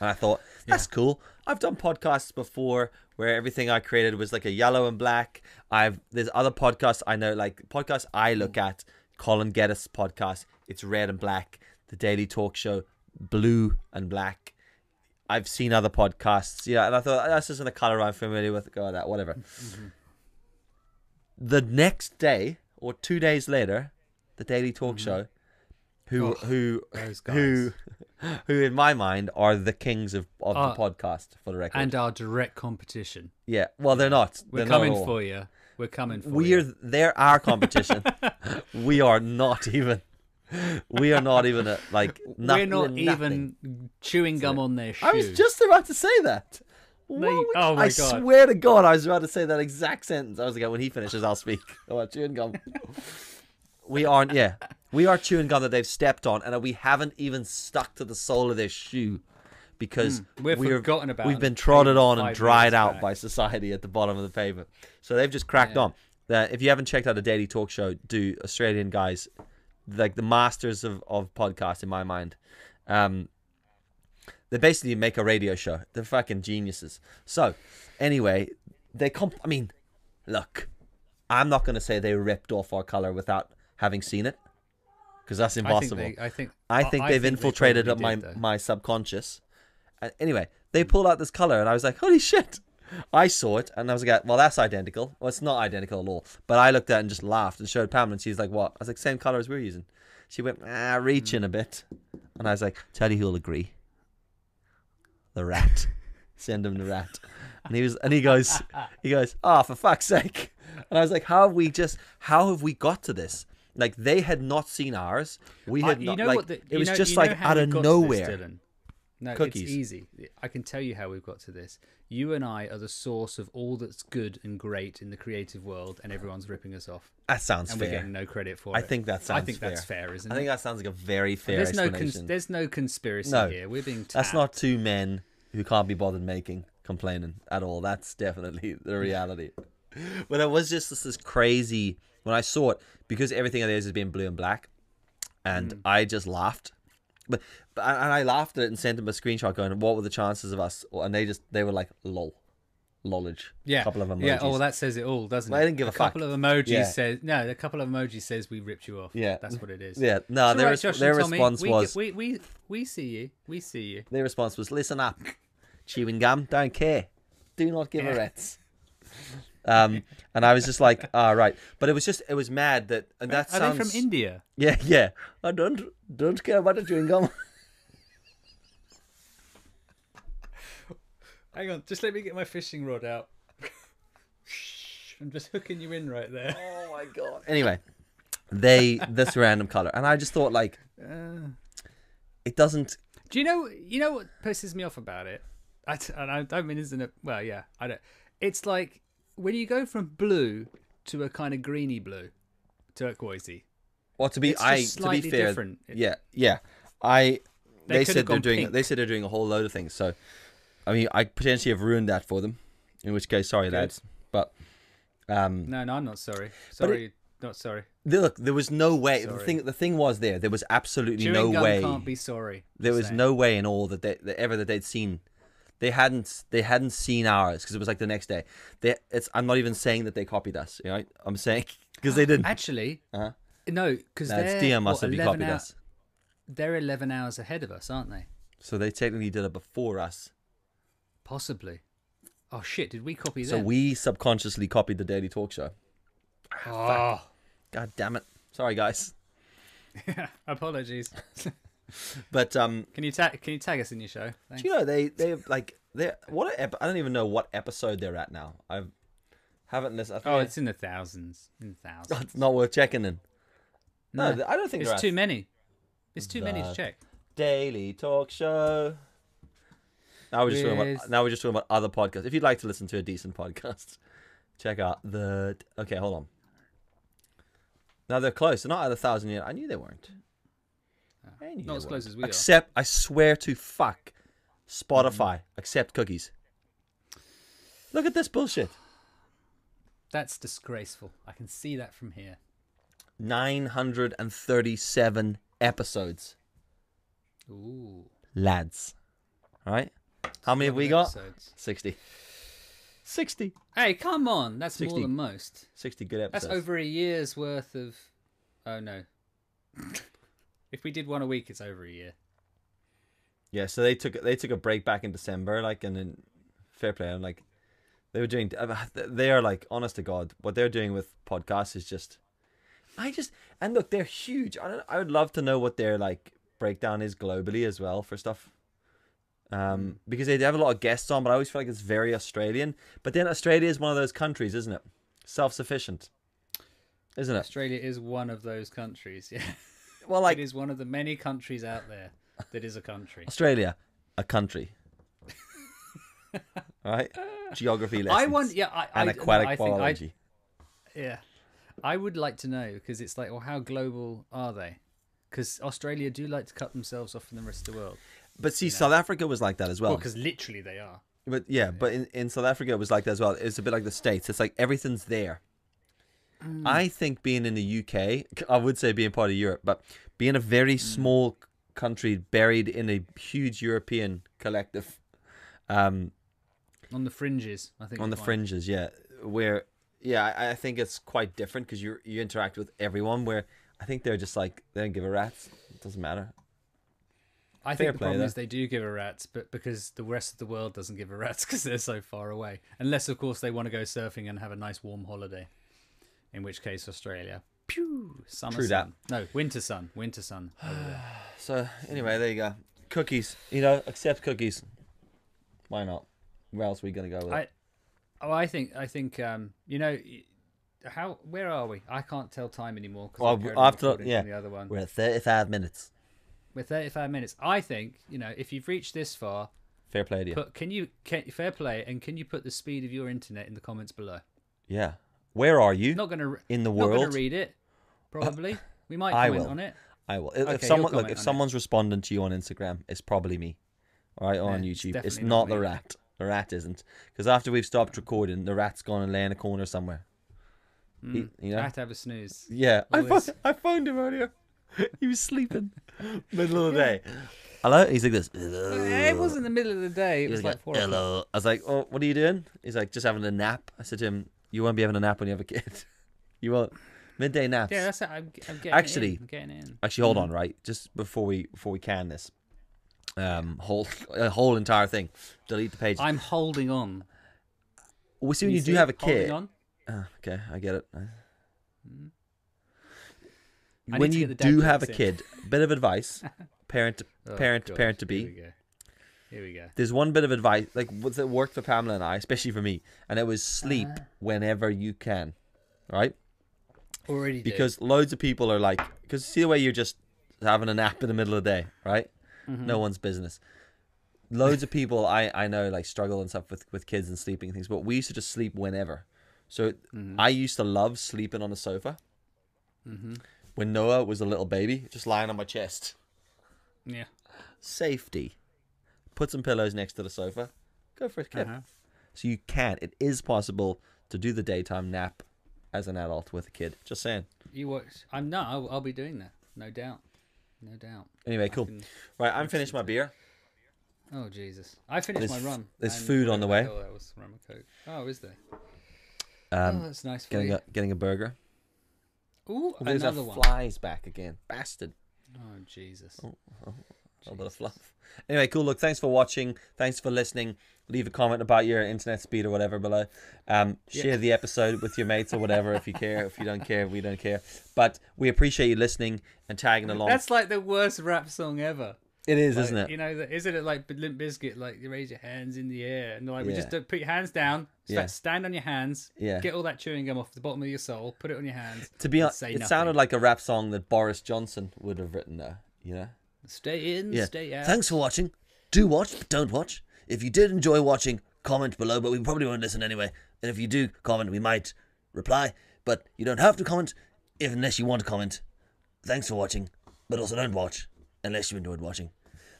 S2: And I thought, that's cool. I've done podcasts before where everything I created was like a yellow and black. I've there's other podcasts I know, like podcasts I look at, Colin Geddes podcast, it's red and black. The Daily Talk Show, blue and black. I've seen other podcasts, yeah, and I thought that's just in the color I'm familiar with. Go with that, whatever. The next day or two days later, the Daily Talk Show, who who
S1: those
S2: who who in my mind are the kings of, of
S1: Uh,
S2: the podcast for the record.
S1: and our direct competition
S2: yeah, well they're not.
S1: we're
S2: They're not at
S1: coming
S2: all.
S1: for you we're coming for
S2: We
S1: you
S2: are they're our competition. we are not even. We are not even a, like. no-
S1: we're not
S2: nothing.
S1: even chewing gum on their shoe
S2: I was just about to say that. Why
S1: you-
S2: would-
S1: oh my
S2: I
S1: God.
S2: swear to God, I was about to say that exact sentence. I was like, when he finishes, I'll speak. Oh, I'm chewing gum. we aren't. Yeah, we are chewing gum that they've stepped on, and we haven't even stuck to the sole of their shoe because
S1: Mm, we've
S2: we are-
S1: forgotten about
S2: we've been
S1: them
S2: trodden
S1: eight,
S2: on and
S1: five
S2: dried
S1: years
S2: out
S1: back.
S2: by society at the bottom of the pavement. So they've just cracked
S1: Yeah.
S2: on. That if you haven't checked out a daily talk show, do Australian guys, like the masters of of podcasts in my mind. Um, they basically make a radio show. They're fucking geniuses. So, anyway, they comp. I mean, look, I'm not gonna say they ripped off our color without having seen it, because that's
S1: I think
S2: impossible.
S1: they, I think
S2: I think they've
S1: they
S2: infiltrated up
S1: probably
S2: my
S1: did, though.
S2: my subconscious. And anyway, they pulled out this color, and I was like, "Holy shit!" I saw it, and I was like, "Well, that's identical." Well, it's not identical at all. But I looked at it and just laughed and showed Pam, and she's like, "What?" I was like, "Same color as we're using." She went, "Ah, reaching a bit," and I was like, "Tell you who'll agree." The rat. Send him the rat. And he was, and he goes, he goes, "Ah, for fuck's sake!" And I was like, "How have we just? How have we got to this?this?" Like they had not seen ours. We
S1: I-
S2: had
S1: you
S2: not.
S1: know
S2: like
S1: what the-
S2: it
S1: you
S2: was
S1: know-
S2: just
S1: you know
S2: like
S1: how
S2: out
S1: we
S2: of
S1: got to this,
S2: nowhere.
S1: Dylan? No,
S2: Cookies.
S1: it's easy. I can tell you how we've got to this. You and I are the source of all that's good and great in the creative world, and everyone's ripping us off,
S2: That sounds
S1: and we're
S2: fair.
S1: getting no credit for
S2: I
S1: it.
S2: think that sounds.
S1: I think
S2: fair.
S1: that's fair, isn't
S2: I think
S1: it?
S2: that sounds like a very fair
S1: there's no
S2: explanation.
S1: cons- there's no conspiracy
S2: No.
S1: here. We're being
S2: that's
S1: tapped.
S2: not two men who can't be bothered making complaining at all. That's definitely the reality. but it was just this, this crazy when I saw it because everything of theirs has been blue and black, and
S1: Mm.
S2: I just laughed. But, but and and I laughed at it and sent them a screenshot going, "What were the chances of us?" And they just they were like, "Lol, lolage."
S1: Yeah,
S2: couple of emojis.
S1: Yeah, oh, well, that says it all, doesn't
S2: Well,
S1: it?
S2: I didn't give a fuck.
S1: couple of emojis
S2: Yeah.
S1: says no. A couple of emojis says we ripped you off.
S2: Yeah.
S1: that's what it is.
S2: yeah, no,
S1: It's all
S2: Uh, their,
S1: right,
S2: res-
S1: Josh
S2: their
S1: and Tommy.
S2: response
S1: We-
S2: was,
S1: we, we we see you. We see you.
S2: Their response was, "Listen up, chewing gum. Don't care. Do not give a rat's." Um, and I was just like, "All right," but it was just it was mad that and that
S1: Are
S2: sounds
S1: they from India?
S2: yeah yeah. I don't don't care about the chewing gum.
S1: Hang on, just let me get my fishing rod out. I'm just hooking you in right there.
S2: oh my god. Anyway, they this random color, and I just thought like, it doesn't.
S1: Do you know? You know what pisses me off about it? I, t- and I don't mean isn't it? Well, yeah, I don't. It's like when you go from blue to a kind of greeny blue, turquoisey.
S2: Well, to be
S1: It's just
S2: I to be
S1: slightly
S2: fair,
S1: different. It-
S2: yeah yeah. I
S1: They
S2: they,
S1: could have
S2: said they're
S1: gone
S2: doing
S1: pink.
S2: they said they're doing a whole load of things. So, I mean, I potentially have ruined that for them. In which case, sorry lads, but. Um,
S1: No, no, I'm not sorry. Sorry, not sorry.
S2: There- look, there was no way. The
S1: Sorry.
S2: thing, the thing was there. There was absolutely
S1: Chewing
S2: no
S1: gum
S2: way.
S1: can't be sorry.
S2: there was
S1: Saying.
S2: no way in all that they that ever that they'd seen. They hadn't. They hadn't seen ours because it was like the next day. They. It's. I'm not even saying that they copied us. You know. I'm saying because they didn't.
S1: Actually,
S2: Uh-huh.
S1: no, because
S2: No, it's
S1: they're
S2: DM must
S1: what,
S2: have you
S1: 11
S2: copied
S1: hou-
S2: us.
S1: They're 11 hours ahead of us, aren't they?
S2: So they technically did it before us.
S1: Possibly. Oh shit! Did we copy
S2: So
S1: them?
S2: we subconsciously copied the Daily Talk Show.
S1: Oh,
S2: God damn it. Sorry guys. Ah.
S1: apologies.
S2: But um,
S1: Can you tag? Can you tag us in your show? Thanks.
S2: Do you know they they have, like they what a ep- I don't even know what episode they're at now. I haven't listened. I think
S1: Oh,
S2: I- Oh,
S1: it's in the thousands. In the thousands.
S2: it's not worth checking in. No,
S1: No,
S2: I don't think
S1: It's
S2: they're
S1: too
S2: at
S1: many. It's too many to
S2: The
S1: check.
S2: Daily Talk Show. Now we're just talking
S1: With-
S2: about now we're just talking about other podcasts. If you'd like to listen to a decent podcast, check out the okay. Hold on. Now they're close. They're not at a thousand yet. I knew they weren't. I knew
S1: Not
S2: they
S1: as close
S2: weren't.
S1: as we are.
S2: Except I swear to fuck, Spotify
S1: Mm-hmm.
S2: accept cookies. Look at this bullshit.
S1: That's disgraceful. I can see that from here.
S2: 937 episodes,
S1: Ooh.
S2: lads. All right? How many have we got?
S1: Episodes.
S2: 60. 60.
S1: Hey, come on! That's
S2: 60.
S1: more than most.
S2: 60 good
S1: That's
S2: episodes.
S1: over a year's worth of. Oh no. if we did one a week, it's over a year.
S2: Yeah, so they took they took a break back in December like and then fair play. I'm like they were doing they are like honest to god what they're doing with podcasts is just I just and look, they're huge. I don't I would love to know what their like breakdown is globally as well for stuff.
S1: Mm.
S2: Um, because they have a lot of guests on, but I always feel like it's very Australian. But then Australia is one of those countries, isn't it? Self sufficient, isn't it?
S1: Australia is one of those countries. Yeah.
S2: Well, like
S1: it is one of the many countries out there that is a country.
S2: Australia, a country. All right, geography lessons.
S1: I want, yeah, I,
S2: and
S1: I,
S2: aquatic
S1: I think I-
S2: biology.
S1: yeah, I would like to know because it's like, well, how global are they? Because Australia do like to cut themselves off from the rest of the world.
S2: But see, South Africa was like that as well.
S1: because literally they are.
S2: But yeah, but in, in South Africa it was like that as well. It's a bit like the States. It's like everything's there. I think being in the UK, I would say being part of Europe, but being a very small country buried in a huge European collective, um,
S1: On the fringes, I think.
S2: on
S1: is
S2: the
S1: fine.
S2: fringes, yeah, where yeah, I, I think it's quite different because you you interact with everyone. Where I think they're just like they don't give a rat's. It doesn't matter.
S1: I
S2: fair
S1: think the
S2: play
S1: problem
S2: there.
S1: is they do give a rat's, but because the rest of the world doesn't give a rat's because they're so far away. Unless, of course, they want to go surfing and have a nice warm holiday. In which case, Australia. Pew! Summer
S2: True that.
S1: sun. No, winter sun. Winter sun. over there.
S2: So anyway, there you go. Cookies, you know, accept cookies. Why not? Where else are we gonna go with it?
S1: I, oh, I think, I think, um, you know, y- how, where are we? I can't tell time anymore. 'cause I
S2: Well,
S1: carried on
S2: after
S1: recording
S2: yeah,
S1: from the other one.
S2: we're at thirty-five minutes.
S1: We're 35 minutes. I think, you know, if you've reached this far,
S2: Fair play to you.
S1: put, can you, can, fair play, and can you put the speed of your internet in the comments below?
S2: yeah, where are you?
S1: Not gonna re-
S2: In the
S1: Not gonna
S2: world?
S1: read it. Probably. We might
S2: I
S1: comment
S2: will.
S1: on it.
S2: I will. If, if
S1: Okay,
S2: someone look,
S1: you'll comment
S2: if
S1: on it.
S2: someone's responding to you on Instagram, it's probably me. All right, or on
S1: Yeah, it's
S2: YouTube, it's,
S1: definitely
S2: not
S1: not
S2: the
S1: me.
S2: rat. The rat isn't, because after we've stopped recording, the rat's gone and lay in a corner somewhere.
S1: Hmm.
S2: He- you know?
S1: I have to have a snooze.
S2: Yeah, I
S1: Always.
S2: phoned, I phoned him earlier. He was sleeping, middle of the day. Hello. He's like this.
S1: It was in the middle of the day. It
S2: He
S1: was
S2: was
S1: like
S2: like,
S1: four o'clock.
S2: hello. I was like, oh, what are you doing? He's like, just having a nap. I said to him, you won't be having a nap when you have a kid. you won't. Midday naps.
S1: Yeah, that's Mhm. it. I'm, I'm getting it
S2: Actually-
S1: in. I'm getting it in.
S2: Actually, hold on, right? Just before we before we can this, um, whole a whole entire thing, delete the page.
S1: I'm holding on.
S2: we see when
S1: You
S2: you do
S1: see?
S2: have a
S1: Holding
S2: kid.
S1: on. Mm-hmm.
S2: Ah, okay, I get it.
S1: I need
S2: when
S1: to
S2: you
S1: get the dad
S2: do have a
S1: jokes in.
S2: kid, bit of advice, parent,
S1: Oh,
S2: parent,
S1: God,
S2: parent to be.
S1: here we go. Here we go.
S2: there's one bit of advice like what- that worked for Pamela and I, especially for me, and it was sleep
S1: Ah.
S2: whenever you can, right?
S1: Already do.
S2: Because loads of people are like, because see the way you're just having a nap in the middle of the day, right? No one's business. Loads of people I, I know like struggle and stuff with, with kids and sleeping and things, but we used to just sleep whenever. So I used to love sleeping on the sofa when Noah was a little baby, just lying on my chest.
S1: yeah.
S2: Safety. Put some pillows next to the sofa. Go for a kip.
S1: Uh-huh.
S2: So you can. It is possible to do the daytime nap as an adult with a kid. Just saying.
S1: You watch. I'm no. I'll, I'll be doing that. No doubt. No doubt.
S2: Anyway, cool.
S1: can-
S2: Right, I'm finished my beer.
S1: Oh Jesus! I finished
S2: There's
S1: my
S2: f-
S1: run.
S2: there's
S1: and
S2: food on the way.
S1: Oh, that was rum and coke. Oh, is there? oh,
S2: Um,
S1: that's nice for
S2: getting
S1: you.
S2: a getting a burger.
S1: Ooh,
S2: Oh, there's
S1: another
S2: a
S1: one.
S2: flies back again, bastard.
S1: Oh Jesus!
S2: A little bit of fluff. Anyway, cool. Look, thanks for watching. Thanks for listening. Leave a comment about your internet speed or whatever below. Um, Share the episode with your mates or whatever if you care. If you don't care, we don't care. But we appreciate you listening and tagging along.
S1: That's like the worst rap song ever.
S2: it is, isn't
S1: Like,
S2: it?
S1: You know, the, isn't it like Limp Bizkit? Like you raise your hands in the air and they're like we just
S2: Yeah.
S1: don't put your hands down. Start,
S2: Yeah.
S1: Stand on your hands.
S2: Yeah.
S1: Get all that chewing gum off the bottom of your soul. Put it on your hands.
S2: to be
S1: and
S2: honest,
S1: say
S2: it
S1: nothing.
S2: sounded like a rap song that Boris Johnson would have written. Though, you know.
S1: stay in, stay out.
S2: Thanks for watching. Do watch, but don't watch. If you did enjoy watching, comment below, but we probably won't listen anyway. And if you do comment, we might reply, but you don't have to comment if, unless you want to comment. Thanks for watching, but also don't watch unless you enjoyed watching.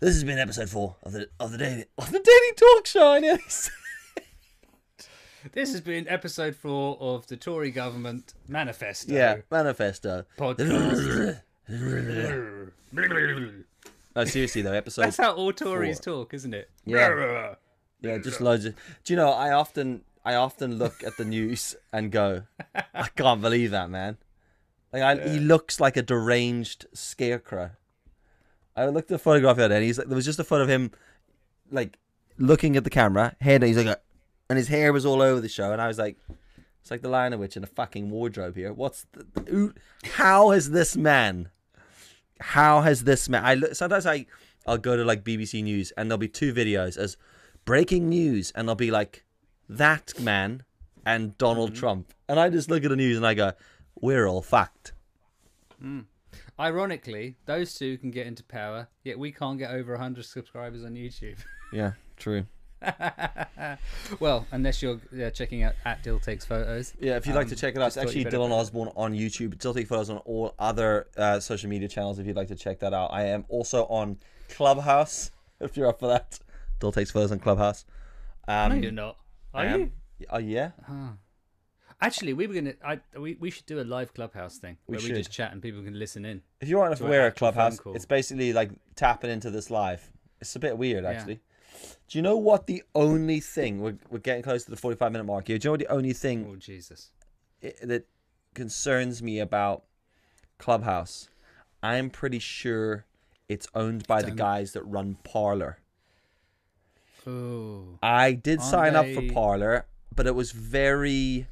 S2: This has been episode four of the of the daily of the daily talk show. I nearly said-
S1: This has been episode four of the Tory government manifesto.
S2: yeah, manifesto.
S1: Podcast.
S2: No, seriously though, episode
S1: That's how all Tories talk, isn't it?
S2: Yeah. Yeah, just loads of. Do you know? I often, I often look at the news and go, I can't believe that man. Like, I, he looks like a deranged scarecrow. I looked at the photograph the other day, and he's like, there was just a photo of him, like, looking at the camera, head, he's like, "Uh," and his hair was all over the show, and I was like, it's like the Lion and Witch in a fucking wardrobe here. What's the, who, how has this man? How has this man? I look, sometimes I I'll go to like BBC News and there'll be two videos as breaking news and they'll be like that man and Donald
S1: Mm-hmm.
S2: Trump and I just look at the news and I go we're all fucked.
S1: Ironically, those two can get into power, yet we can't get over 100 subscribers on YouTube.
S2: Yeah, true.
S1: well, unless you're uh, checking out at Dill Takes Photos.
S2: Yeah, if you'd like to check it out, it's
S1: Um, just thought
S2: actually
S1: you better
S2: Dylan
S1: put it-
S2: Osborne on YouTube. Still take photos on all other uh, social media channels if you'd like to check that out. I am also on Clubhouse. if you're up for that. Dill takes photos on Clubhouse. Um,
S1: no, you're not. Are
S2: I am-
S1: you?
S2: Oh yeah.
S1: Actually, we were gonna. I we, we should do a live clubhouse thing
S2: We
S1: where we just
S2: should.
S1: chat and people can listen in.
S2: If you aren't
S1: an
S2: aware of
S1: actual phone
S2: Clubhouse,
S1: call.
S2: it's basically like tapping into this live. It's a bit weird, actually. Do you know what the only thing we're, we're getting close to the forty-five minute mark here? Do you know what the only thing
S1: Oh Jesus! Oh.
S2: i that concerns me about Clubhouse? I'm pretty sure it's owned by the
S1: Don't-
S2: guys that run Parlor.
S1: Oh,
S2: I did
S1: Aren't
S2: sign up
S1: they-
S2: for Parlor, but it was very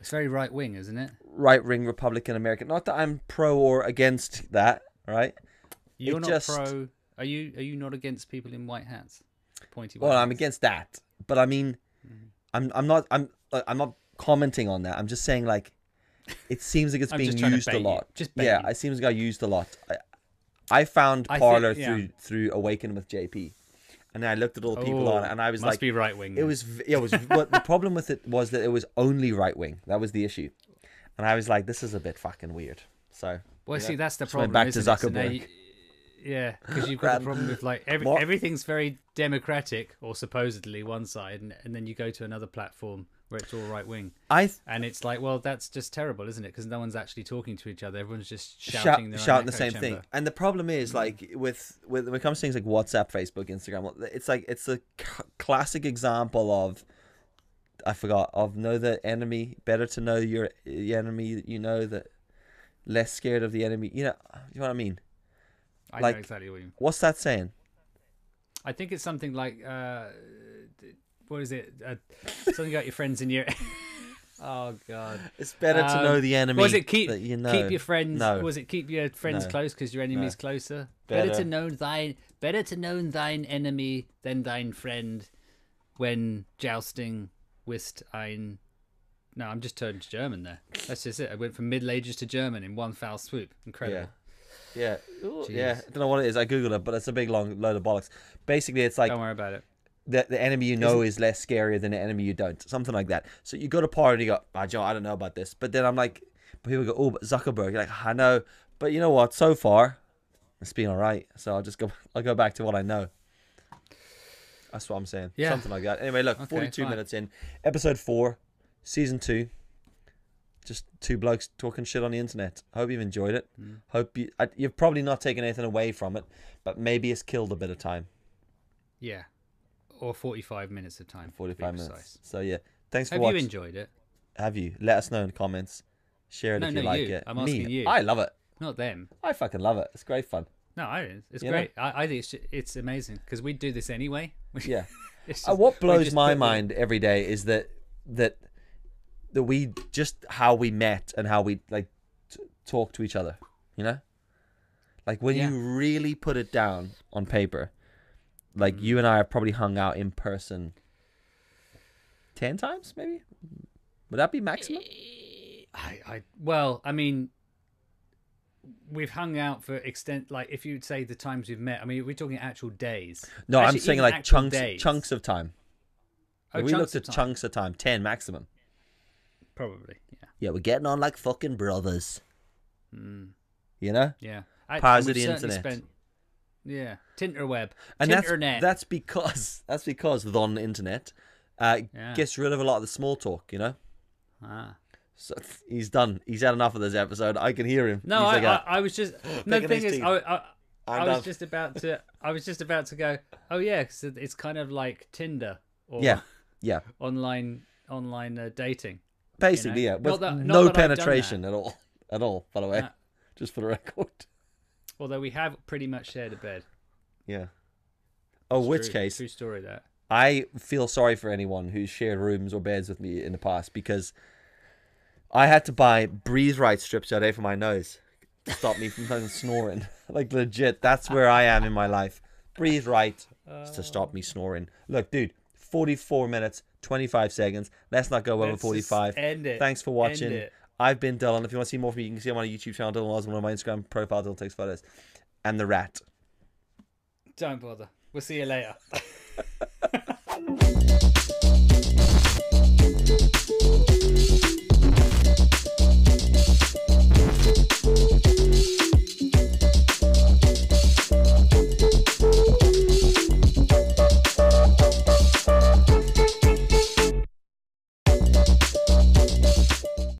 S1: it's very right wing, isn't it?
S2: right wing Republican American. Not that I'm pro or against that, right?
S1: You're
S2: It
S1: not
S2: just-
S1: pro. Are you? Are you not against people in white hats? Pointy.
S2: Well,
S1: white
S2: I'm
S1: hats?
S2: against that, but I mean,
S1: Mm-hmm.
S2: I'm I'm not I'm uh, I'm not commenting on that. I'm just saying like, it seems like it's
S1: I'm
S2: being
S1: just trying to
S2: used
S1: bait
S2: a
S1: you.
S2: lot.
S1: Just bait
S2: yeah,
S1: you.
S2: it seems like I used a lot. I, I found
S1: I think-
S2: Parlor
S1: yeah.
S2: through through Awaken with JP, and I looked at all the people
S1: Oh,
S2: on it, and I was
S1: must
S2: like,
S1: be right wing.
S2: it was v- yeah, it was. but the problem with it was that it was only right wing. That was the issue, and I was like, this is a bit fucking weird. So
S1: Well, see, that's the problem.
S2: went back to
S1: isn't it? So now
S2: Zuckerberg.
S1: you- yeah, because you've got the problem with like every,
S2: Mark-
S1: everything's very democratic or supposedly one side, and, and then you go to another platform where it's all right wing,
S2: I th-
S1: and it's like, well, that's just terrible, isn't it? Because no one's actually talking to each other. Everyone's just
S2: shout-
S1: shouting, their own
S2: shouting the
S1: echo
S2: same
S1: chamber. Mm.
S2: thing. And the problem is, like with, with when it comes to things like WhatsApp, Facebook, Instagram, it's like it's a c- classic example of I forgot of know the enemy. Better to know your the enemy. that You know that less scared of the enemy. You know, you know what I mean.
S1: I
S2: Like-
S1: know exactly what you mean.
S2: What's that saying?
S1: I think it's something like, uh, d- what is it? Uh, something about your friends in your. oh God.
S2: It's better to
S1: Um,
S2: know the enemy.
S1: was it keep
S2: that you know.
S1: keep your friends?
S2: No.
S1: Was it keep your friends
S2: No.
S1: close because your enemy's closer? Better.
S2: Better.
S1: to know thine better to know thine enemy than thine friend when jousting wist ein. No, I'm just turned to German there. That's just it. I went from Middle Ages to German in one foul swoop. Incredible.
S2: Yeah. Yeah. Ooh, yeah.
S1: Jeez.
S2: I don't know what it is. I googled it, but it's a big long load of bollocks. Basically, it's like
S1: Don't worry about it.
S2: the, the enemy you know is less scarier than the enemy you don't. Something like that. So you go to party, you go, ah, Joe, I don't know about this. But then I'm like, but people go, oh, but Zuckerberg. You're like, I know. But you know what? So far, it's been all right. So I'll just go, I'll go back to what I know. That's what I'm saying.
S1: Yeah.
S2: Something like that. Anyway, look,
S1: Okay,
S2: 42
S1: fine.
S2: minutes in, episode four, season two. Just two blokes talking shit on the internet. Hope you've enjoyed it.
S1: Mm.
S2: Hope you I, you've probably not taken anything away from it, but maybe it's killed a bit of time.
S1: Yeah. Or 45 minutes of time. to be
S2: 45 minutes.
S1: precise.
S2: So yeah, thanks for
S1: Have you
S2: watching.
S1: enjoyed it?
S2: Have you? Let us know in the comments. Share it
S1: No,
S2: if you
S1: no,
S2: like
S1: you.
S2: it.
S1: I'm
S2: Me,
S1: asking you.
S2: I love it.
S1: Not them.
S2: I fucking love it. It's great fun.
S1: No, I don't. It's
S2: You know?
S1: great. I, I think it's, it's amazing because we do this anyway.
S2: Yeah.
S1: It's
S2: Uh,
S1: just-
S2: what
S1: we
S2: blows
S1: just
S2: my
S1: put the-
S2: mind every day is that that that we just how we met and how we like t- talk to each other. You know, like when
S1: Yeah.
S2: you really put it down on paper, like
S1: Mm.
S2: you and I have probably hung out in person ten times, maybe. Would that be maximum?
S1: I, I well, I mean, we've hung out for extent. Like, if you'd say the times we've met, I mean, we're talking actual days.
S2: No, I'm
S1: Actually,
S2: saying
S1: even
S2: like
S1: actual
S2: chunks
S1: days.
S2: chunks of time.
S1: Oh,
S2: we looked
S1: chunks of
S2: at
S1: time,
S2: chunks of time, ten maximum.
S1: probably. Yeah,
S2: Yeah, we're getting on like fucking brothers.
S1: Hmm.
S2: You know,
S1: yeah. I, and
S2: Powers of
S1: we've
S2: the
S1: certainly
S2: internet.
S1: yeah, Tinterweb,
S2: and that's
S1: Tinternet.
S2: that's because that's because the internet uh,
S1: Yeah.
S2: gets rid of a lot of the small talk. You know,
S1: Ah.
S2: so he's done. He's had enough of this episode. I can hear him.
S1: No,
S2: he's
S1: I,
S2: like,
S1: I, I was just. no,
S2: Picking his
S1: the thing is,
S2: teeth.
S1: I, I, I
S2: I'm
S1: was
S2: done.
S1: just about to. I was just about to go. Oh yeah, 'cause it it's kind of like Tinder or
S2: yeah, yeah,
S1: online online uh, dating.
S2: basically,
S1: know?
S2: yeah, with
S1: Not that- not
S2: no
S1: that I've done
S2: penetration at all, at all. By the way,
S1: Nah.
S2: just for the record,
S1: Although we have pretty much shared a bed.
S2: yeah. Oh, which
S1: True-
S2: case,
S1: true story that.
S2: I feel sorry for anyone who's shared rooms or beds with me in the past because I had to buy breathe right strips the other day for my nose to stop me from fucking snoring. Like legit, that's where I am in my life. Breathe right is to stop me snoring. Look, dude, 44 minutes, 25 seconds. Let's not go over
S1: Let's just
S2: 45.
S1: end it.
S2: Thanks for
S1: End
S2: watching.
S1: it.
S2: I've been Dylan. If you want to see more from me, you can see him on my YouTube channel, Dylan Osmond, on my Instagram profile, Dylan Takes Photos, and The Rat.
S1: Don't bother. We'll see you later.